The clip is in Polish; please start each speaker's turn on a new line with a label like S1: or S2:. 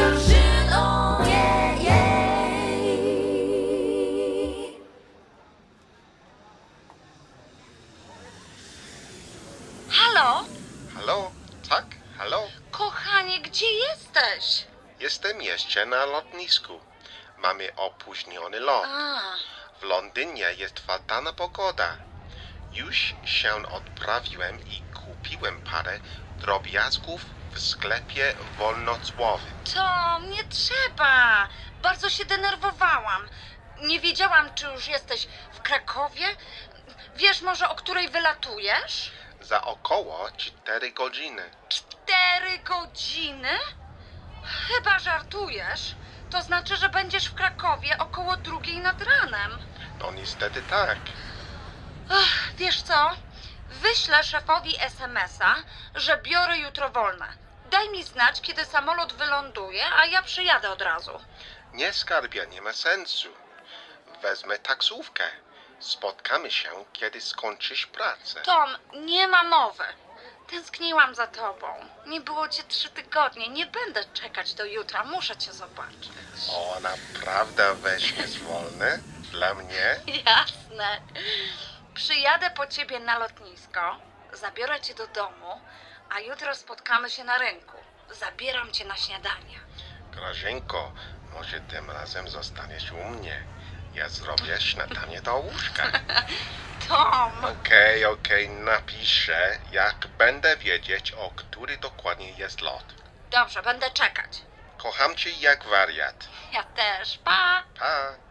S1: drużyną jej. jej.
S2: Halo?
S3: Halo? Tak? Halo?
S2: Kochanie, gdzie jesteś?
S3: Jestem jeszcze na lotnisku. Mamy opóźniony lot.
S2: A,
S3: W Londynie jest fatalna pogoda. Już się odprawiłem i kupiłem parę drobiazgów w sklepie wolnocłowym.
S2: to nie trzeba. Bardzo się denerwowałam. Nie wiedziałam, czy już jesteś w Krakowie. Wiesz może, o której wylatujesz?
S3: Za około 4 godziny.
S2: Cztery godziny? Chyba żartujesz. To znaczy, że będziesz w Krakowie około drugiej nad ranem.
S3: No niestety tak.
S2: Ach, wiesz co? Wyślę szefowi SMS-a, że biorę jutro wolne. Daj mi znać, kiedy samolot wyląduje, a ja przyjadę od razu.
S3: Nie skarbia, nie ma sensu. Wezmę taksówkę. Spotkamy się, kiedy skończysz pracę.
S2: Tom, nie ma mowy. Tęskniłam za tobą. Nie było cię trzy tygodnie. Nie będę czekać do jutra. Muszę cię zobaczyć.
S3: O, naprawdę weźmiesz wolne? Dla mnie?
S2: Jasne. Przyjadę po ciebie na lotnisko, zabiorę cię do domu, a jutro spotkamy się na rynku. Zabieram cię na śniadanie.
S3: Grażynko, może tym razem zostaniesz u mnie. Ja zrobię śniadanie do łóżka.
S2: Tom!
S3: Okej, okej, napiszę, jak będę wiedzieć, o który dokładnie jest lot.
S2: Dobrze, będę czekać.
S3: Kocham cię jak wariat.
S2: Ja też. Pa!
S3: Pa!